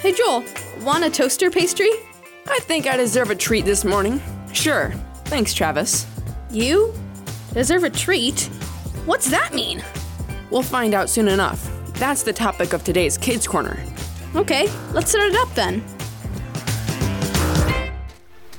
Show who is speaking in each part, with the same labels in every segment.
Speaker 1: Hey, Joel, want a toaster pastry?
Speaker 2: I think I deserve a treat this morning. Sure. Thanks, Travis.
Speaker 1: You? Deserve a treat? What's that mean?
Speaker 2: We'll find out soon enough. That's the topic of today's Kids Corner.
Speaker 1: Okay, let's set it up then.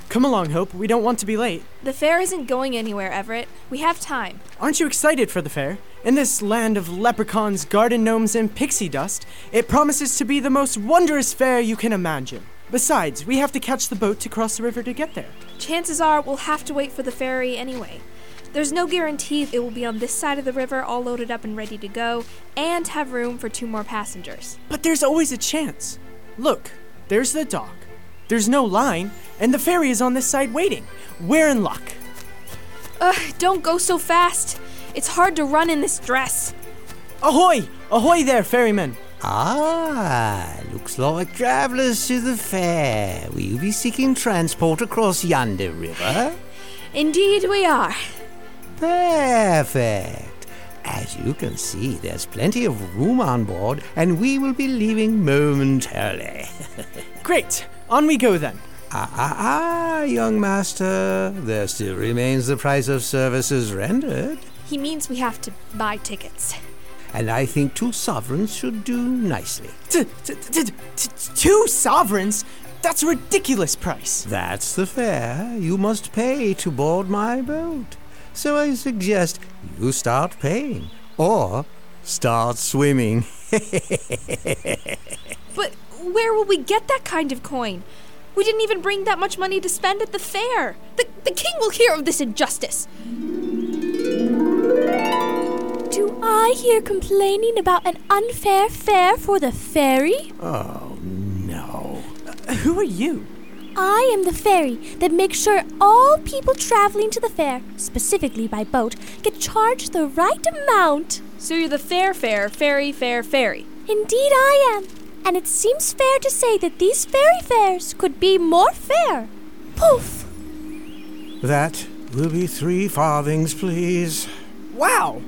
Speaker 3: Come along, Hope. We don't want to be late.
Speaker 4: The fair isn't going anywhere, Everett. We have time.
Speaker 3: Aren't you excited for the fair? In this land of leprechauns, garden gnomes, and pixie dust, it promises to be the most wondrous fair you can imagine. Besides, we have to catch the boat to cross the river to get there.
Speaker 4: Chances are we'll have to wait for the ferry anyway. There's no guarantee it will be on this side of the river, all loaded up and ready to go, and have room for two more passengers.
Speaker 3: But there's always a chance. Look, there's the dock. There's no line, and the ferry is on this side waiting. We're in luck.
Speaker 4: Ugh, don't go so fast. It's hard to run in this dress.
Speaker 3: Ahoy! Ahoy there, ferryman!
Speaker 5: Ah, looks like travellers to the fair. Will you be seeking transport across yonder river?
Speaker 4: Indeed, we are.
Speaker 5: Perfect. As you can see, there's plenty of room on board, and we will be leaving momentarily.
Speaker 3: Great! On we go then.
Speaker 5: Ah, ah, ah, young master, there still remains the price of services rendered,
Speaker 4: He means we have to buy tickets.
Speaker 5: and I think two sovereigns should do nicely.
Speaker 3: T- t- t- t- t- two sovereigns? That's a ridiculous price.
Speaker 5: That's the fare you must pay to board my boat. So I suggest you start paying or start swimming.
Speaker 4: But where will we get that kind of coin? We didn't even bring that much money to spend at the fair. The, the king will hear of this injustice.
Speaker 6: Do I hear complaining about an unfair fare for the ferry?
Speaker 5: Oh no.
Speaker 3: Who are you?
Speaker 6: I am the ferry that makes sure all people traveling to the fair, specifically by boat, get charged the right amount.
Speaker 4: So you're the fair, fair, fairy, fair, fairy.
Speaker 6: Indeed, I am. And it seems fair to say that these fairy fares could be more fair. Poof!
Speaker 5: That will be three farthings, please.
Speaker 3: Wow!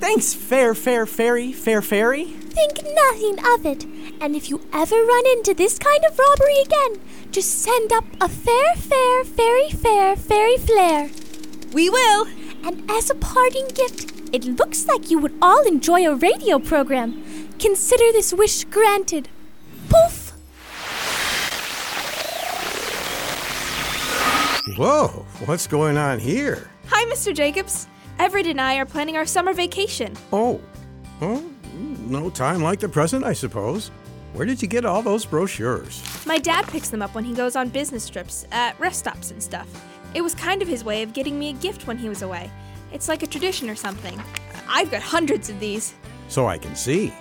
Speaker 3: Thanks, fair, fair, fairy, fair, fairy.
Speaker 6: Think nothing of it. And if you ever run into this kind of robbery again, just send up a fair, fair, fairy fair, fairy flare.
Speaker 4: We will.
Speaker 6: And as a parting gift, it looks like you would all enjoy a radio program. Consider this wish granted. Poof!
Speaker 5: Whoa, what's going on here?
Speaker 4: Hi, Mr. Jacobs. Everett and I are planning our summer vacation.
Speaker 5: Oh, oh, no time like the present, I suppose. Where did you get all those brochures?
Speaker 4: My dad picks them up when he goes on business trips at rest stops and stuff. It was kind of his way of getting me a gift when he was away. It's like a tradition or something. I've got hundreds of these.
Speaker 5: So I can see.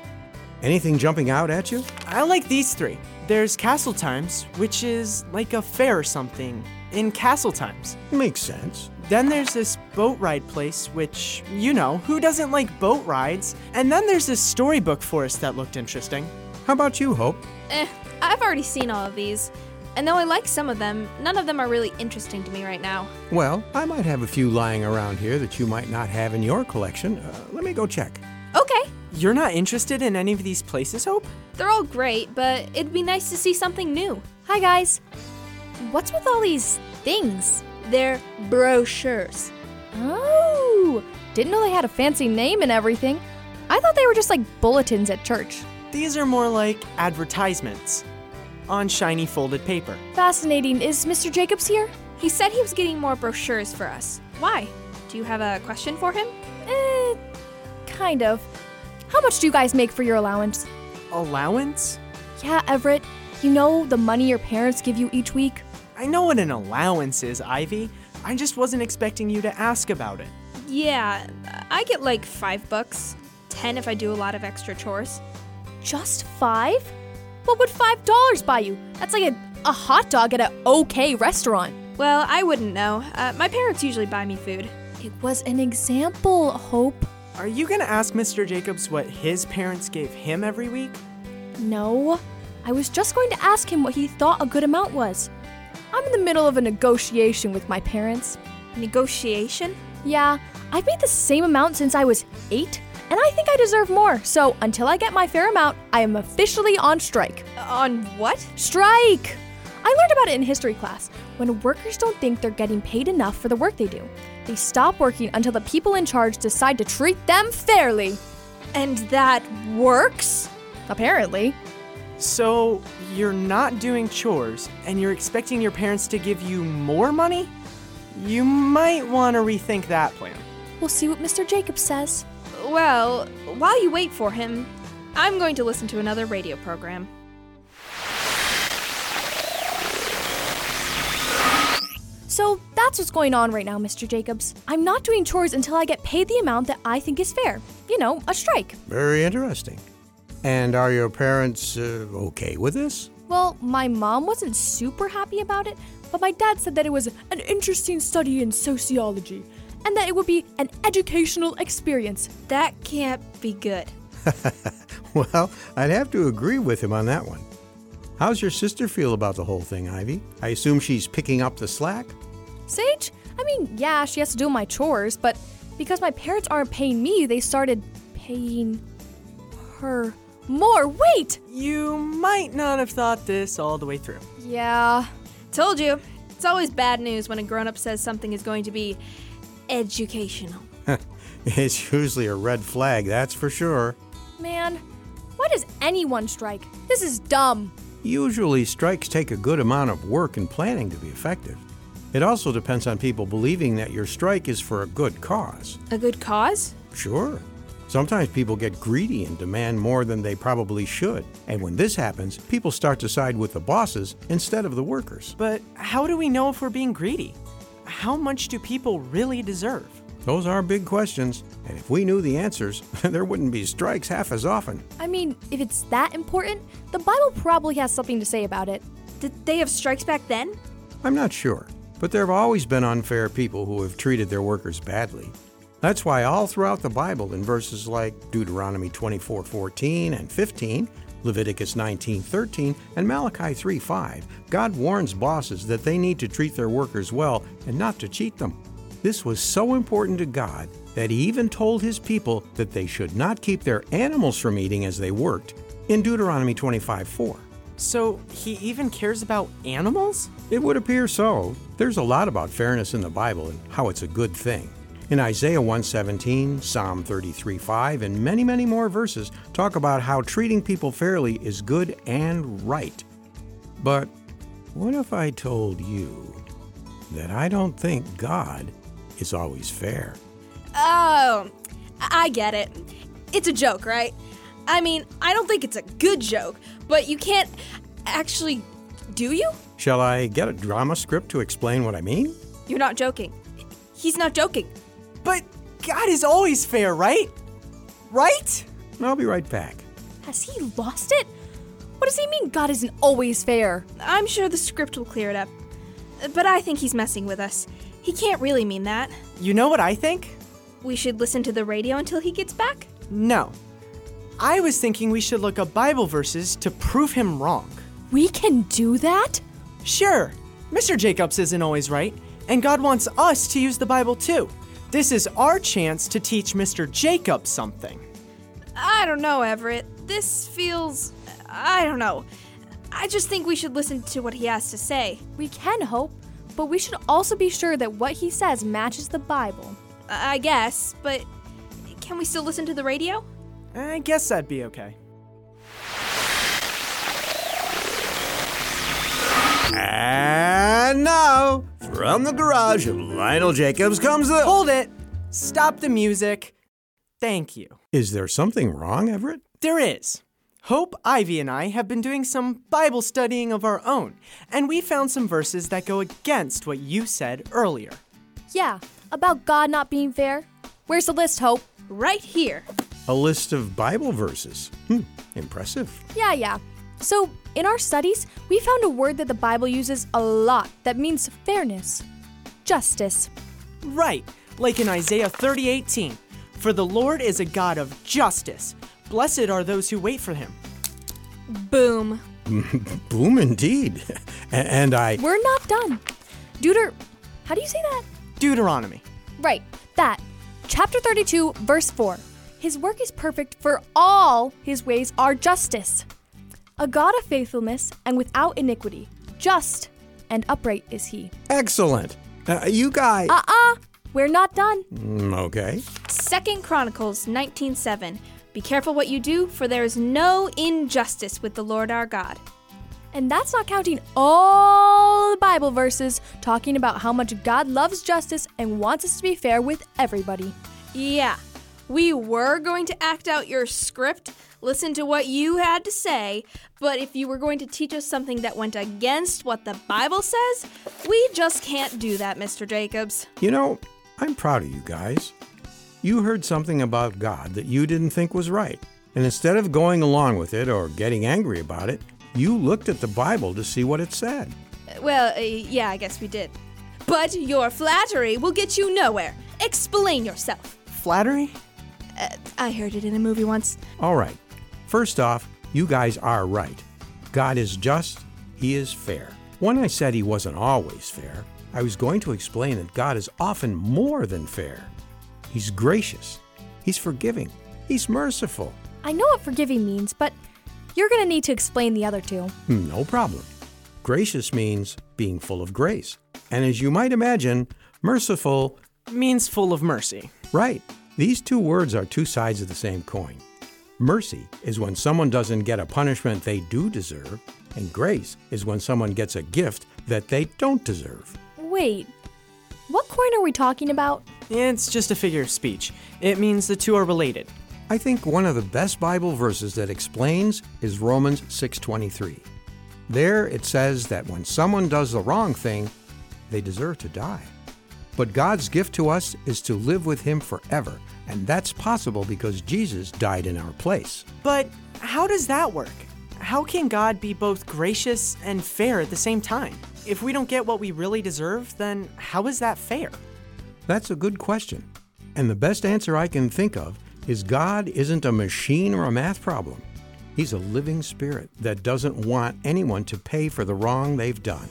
Speaker 5: Anything jumping out at you?
Speaker 3: I like these three. There's Castle Times, which is like a fair or something in Castle Times.
Speaker 5: Makes sense.
Speaker 3: Then there's this boat ride place, which, you know, who doesn't like boat rides? And then there's this storybook forest that looked interesting.
Speaker 5: How about you, Hope?
Speaker 4: Eh, I've already seen all of these. And though I like some of them, none of them are really interesting to me right now.
Speaker 5: Well, I might have a few lying around here that you might not have in your collection. Uh, let me go check.
Speaker 4: Okay,
Speaker 3: You're not interested in any of these places, Hope?
Speaker 4: they're all great, but it'd be nice to see something new.
Speaker 6: Hi, guys. What's with all these things?
Speaker 4: They're brochures.
Speaker 7: Oh, didn't know they had a fancy name and everything. I thought they were just like bulletins at church.
Speaker 3: These are more like advertisements on shiny folded paper.
Speaker 7: Fascinating. Is Mr. Jacobs here?
Speaker 4: He said he was getting more brochures for us. Why? Do you have a question for him?
Speaker 7: Eh, kind of. How much do you guys make for your allowance?
Speaker 3: Allowance?
Speaker 7: Yeah, Everett, you know the money your parents give you each week?
Speaker 3: I know what an allowance is, Ivy. I just wasn't expecting you to ask about it.
Speaker 4: Yeah, I get like five bucks. Ten if I do a lot of extra chores.
Speaker 7: Just five? What would five dollars buy you? That's like a, a hot dog at an okay restaurant.
Speaker 4: Well, I wouldn't know. Uh, my parents usually buy me food.
Speaker 7: It was an example, Hope.
Speaker 3: Are you gonna ask Mr. Jacobs what his parents gave him every week?
Speaker 7: No. I was just going to ask him what he thought a good amount was. I'm in the middle of a negotiation with my parents.
Speaker 4: Negotiation?
Speaker 7: Yeah, I've made the same amount since I was eight, and I think I deserve more. So until I get my fair amount, I am officially on strike.
Speaker 4: On what?
Speaker 7: Strike! I learned about it in history class. When workers don't think they're getting paid enough for the work they do, they stop working until the people in charge decide to treat them fairly.
Speaker 4: And that works?
Speaker 7: Apparently.
Speaker 3: So, you're not doing chores and you're expecting your parents to give you more money? You might want to rethink that plan.
Speaker 7: We'll see what Mr. Jacobs says.
Speaker 4: Well, while you wait for him, I'm going to listen to another radio program.
Speaker 7: So that's what's going on right now, Mr. Jacobs. I'm not doing chores until I get paid the amount that I think is fair. You know, a strike.
Speaker 5: Very interesting. And are your parents uh, okay with this?
Speaker 7: Well, my mom wasn't super happy about it, but my dad said that it was an interesting study in sociology and that it would be an educational experience.
Speaker 4: That can't be good.
Speaker 5: well, I'd have to agree with him on that one. How's your sister feel about the whole thing, Ivy? I assume she's picking up the slack?
Speaker 7: Sage? I mean, yeah, she has to do my chores, but because my parents aren't paying me, they started paying her more. Wait!
Speaker 3: You might not have thought this all the way through.
Speaker 7: Yeah.
Speaker 4: Told you. It's always bad news when a grown up says something is going to be educational.
Speaker 5: it's usually a red flag, that's for sure.
Speaker 7: Man, why does anyone strike? This is dumb.
Speaker 5: Usually, strikes take a good amount of work and planning to be effective. It also depends on people believing that your strike is for a good cause.
Speaker 4: A good cause?
Speaker 5: Sure. Sometimes people get greedy and demand more than they probably should. And when this happens, people start to side with the bosses instead of the workers.
Speaker 3: But how do we know if we're being greedy? How much do people really deserve?
Speaker 5: Those are big questions, and if we knew the answers, there wouldn't be strikes half as often.
Speaker 7: I mean, if it's that important, the Bible probably has something to say about it.
Speaker 4: Did they have strikes back then?
Speaker 5: I'm not sure, but there have always been unfair people who have treated their workers badly. That's why all throughout the Bible in verses like Deuteronomy 24:14 and 15, Leviticus 19:13, and Malachi 3:5, God warns bosses that they need to treat their workers well and not to cheat them. This was so important to God that he even told his people that they should not keep their animals from eating as they worked in Deuteronomy 25:4.
Speaker 3: So, he even cares about animals?
Speaker 5: It would appear so. There's a lot about fairness in the Bible and how it's a good thing. In Isaiah 117, Psalm 33:5, and many, many more verses talk about how treating people fairly is good and right. But what if I told you that I don't think God is always fair?
Speaker 4: Oh, I get it. It's a joke, right? I mean, I don't think it's a good joke, but you can't actually. Do you?
Speaker 5: Shall I get a drama script to explain what I mean?
Speaker 4: You're not joking. He's not joking.
Speaker 3: But God is always fair, right? Right?
Speaker 5: I'll be right back.
Speaker 7: Has he lost it? What does he mean God isn't always fair?
Speaker 4: I'm sure the script will clear it up. But I think he's messing with us. He can't really mean that.
Speaker 3: You know what I think?
Speaker 4: We should listen to the radio until he gets back?
Speaker 3: No. I was thinking we should look up Bible verses to prove him wrong.
Speaker 7: We can do that?
Speaker 3: Sure. Mr. Jacobs isn't always right, and God wants us to use the Bible too. This is our chance to teach Mr. Jacobs something.
Speaker 4: I don't know, Everett. This feels. I don't know. I just think we should listen to what he has to say.
Speaker 7: We can hope, but we should also be sure that what he says matches the Bible.
Speaker 4: I guess, but can we still listen to the radio?
Speaker 3: I guess that'd be okay.
Speaker 5: And now, from the garage of Lionel Jacobs comes the.
Speaker 3: Hold it! Stop the music. Thank you.
Speaker 5: Is there something wrong, Everett?
Speaker 3: There is. Hope, Ivy, and I have been doing some Bible studying of our own, and we found some verses that go against what you said earlier.
Speaker 7: Yeah, about God not being fair. Where's the list, Hope?
Speaker 4: Right here.
Speaker 5: A list of Bible verses. Hmm, impressive.
Speaker 7: Yeah, yeah. So, in our studies, we found a word that the Bible uses a lot that means fairness justice.
Speaker 3: Right, like in Isaiah 30 18. For the Lord is a God of justice. Blessed are those who wait for him.
Speaker 4: Boom.
Speaker 5: Boom indeed. and I.
Speaker 7: We're not done. Deuter. How do you say that?
Speaker 3: Deuteronomy.
Speaker 7: Right, that. Chapter 32, verse 4. His work is perfect, for all his ways are justice. A God of faithfulness and without iniquity, just and upright is he.
Speaker 5: Excellent. Uh, you guys.
Speaker 7: Uh uh-uh, uh, we are not done.
Speaker 5: Mm, okay.
Speaker 4: Second Chronicles 19:7. Be careful what you do, for there is no injustice with the Lord our God.
Speaker 7: And that's not counting all the Bible verses talking about how much God loves justice and wants us to be fair with everybody.
Speaker 4: Yeah. We were going to act out your script, listen to what you had to say, but if you were going to teach us something that went against what the Bible says, we just can't do that, Mr. Jacobs.
Speaker 5: You know, I'm proud of you guys. You heard something about God that you didn't think was right, and instead of going along with it or getting angry about it, you looked at the Bible to see what it said.
Speaker 4: Uh, Well, uh, yeah, I guess we did. But your flattery will get you nowhere. Explain yourself.
Speaker 3: Flattery?
Speaker 4: Uh, I heard it in a movie once.
Speaker 5: All right. First off, you guys are right. God is just, He is fair. When I said He wasn't always fair, I was going to explain that God is often more than fair. He's gracious, He's forgiving, He's merciful.
Speaker 7: I know what forgiving means, but you're going to need to explain the other two.
Speaker 5: Hmm, No problem. Gracious means being full of grace. And as you might imagine, merciful,
Speaker 3: Means full of mercy.
Speaker 5: right. These two words are two sides of the same coin. Mercy is when someone doesn't get a punishment they do deserve, and grace is when someone gets a gift that they don't deserve.
Speaker 7: Wait, what coin are we talking about?
Speaker 3: It's just a figure of speech. It means the two are related.
Speaker 5: I think one of the best Bible verses that explains is Romans 6:23. There it says that when someone does the wrong thing, they deserve to die. But God's gift to us is to live with him forever, and that's possible because Jesus died in our place.
Speaker 3: But how does that work? How can God be both gracious and fair at the same time? If we don't get what we really deserve, then how is that fair?
Speaker 5: That's a good question. And the best answer I can think of is God isn't a machine or a math problem. He's a living spirit that doesn't want anyone to pay for the wrong they've done.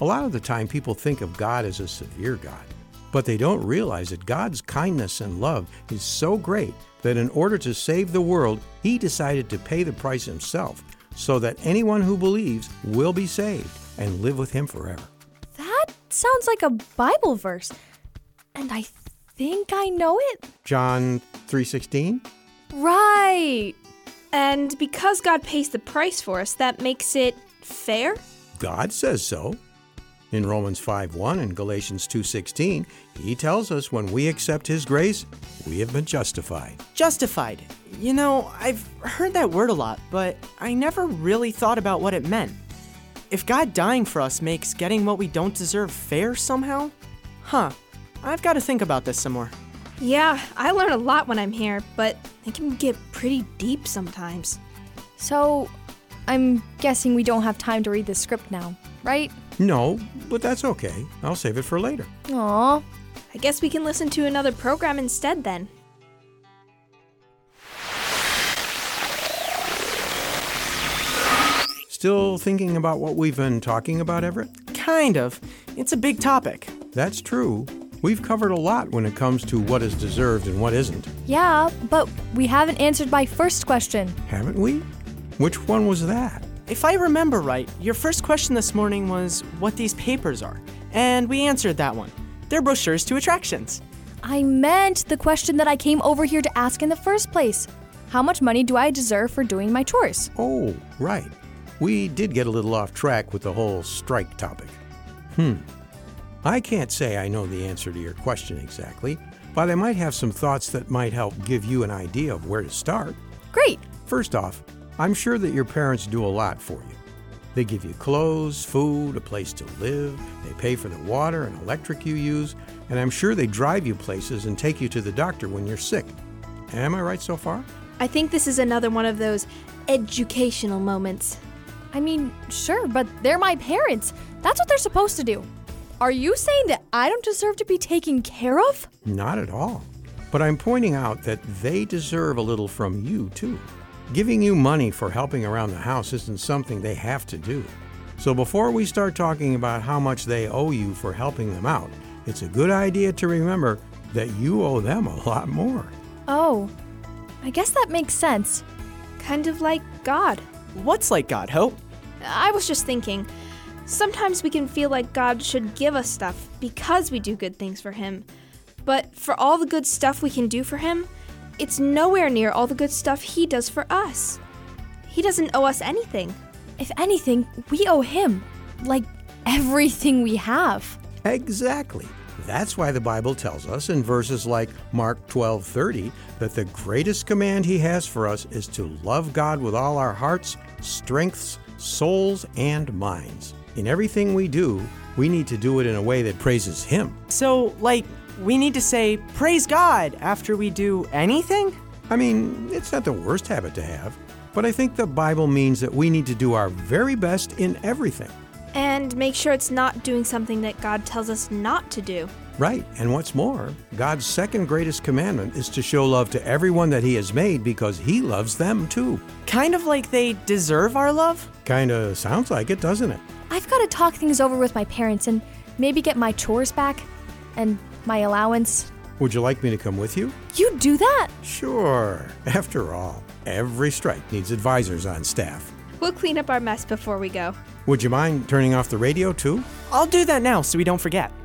Speaker 5: A lot of the time, people think of God as a severe God, but they don't realize that God's kindness and love is so great that in order to save the world, He decided to pay the price Himself so that anyone who believes will be saved and live with Him forever.
Speaker 7: That sounds like a Bible verse. And I think I know it.
Speaker 5: John 3:16
Speaker 7: Right.
Speaker 4: And because God pays the price for us, that makes it fair?
Speaker 5: God says so. In Romans 5:1 and Galatians 2:16, he tells us when we accept his grace, we have been justified.
Speaker 3: Justified. You know, I've heard that word a lot, but I never really thought about what it meant. If God dying for us makes getting what we don't deserve fair somehow? Huh. I've got to think about this some more.
Speaker 4: Yeah, I learn a lot when I'm here, but it can get pretty deep sometimes.
Speaker 7: So, I'm guessing we don't have time to read the script now, right?
Speaker 5: No, but that's okay. I'll save it for later.
Speaker 7: Aw.
Speaker 4: I guess we can listen to another program instead then.
Speaker 5: Still thinking about what we've been talking about, Everett?
Speaker 3: Kind of. It's a big topic.
Speaker 5: That's true. We've covered a lot when it comes to what is deserved and what isn't,
Speaker 7: Yeah, but we haven't answered my first question.
Speaker 5: haven't we? Which one was that?
Speaker 3: If I remember right, your first question this morning was what these papers are, and we answered that one. They're brochures to attractions.
Speaker 7: I meant the question that I came over here to ask in the first place. How much money do I deserve for doing my chores?
Speaker 5: Oh, right. We did get a little off track with the whole strike topic. Hmm. I can't say I know the answer to your question exactly, but I might have some thoughts that might help give you an idea of where to start.
Speaker 7: Great.
Speaker 5: First off, I'm sure that your parents do a lot for you. They give you clothes, food, a place to live, they pay for the water and electric you use, and I'm sure they drive you places and take you to the doctor when you're sick. Am I right so far?
Speaker 4: I think this is another one of those educational moments.
Speaker 7: I mean, sure, but they're my parents. That's what they're supposed to do. Are you saying that I don't deserve to be taken care of?
Speaker 5: Not at all. But I'm pointing out that they deserve a little from you, too. Giving you money for helping around the house isn't something they have to do. So before we start talking about how much they owe you for helping them out, it's a good idea to remember that you owe them a lot more.
Speaker 7: Oh, I guess that makes sense.
Speaker 4: Kind of like God.
Speaker 3: What's like God, Hope?
Speaker 4: I was just thinking, sometimes we can feel like God should give us stuff because we do good things for Him. But for all the good stuff we can do for Him, it's nowhere near all the good stuff He does for us. He doesn't owe us anything.
Speaker 7: If anything, we owe him, like everything we have.
Speaker 5: Exactly. That's why the Bible tells us in verses like Mark 12:30 that the greatest command he has for us is to love God with all our hearts, strengths, souls, and minds. In everything we do, we need to do it in a way that praises him.
Speaker 3: So, like, we need to say, Praise God, after we do anything?
Speaker 5: I mean, it's not the worst habit to have, but I think the Bible means that we need to do our very best in everything.
Speaker 4: And make sure it's not doing something that God tells us not to do.
Speaker 5: Right, and what's more, God's second greatest commandment is to show love to everyone that He has made because He loves them too.
Speaker 3: Kind of like they deserve our love?
Speaker 5: Kinda sounds like it, doesn't it?
Speaker 7: I've got to talk things over with my parents and maybe get my chores back and my allowance.
Speaker 5: Would you like me to come with you?
Speaker 7: You do that?
Speaker 5: Sure. After all, every strike needs advisors on staff.
Speaker 4: We'll clean up our mess before we go.
Speaker 5: Would you mind turning off the radio too?
Speaker 3: I'll do that now so we don't forget.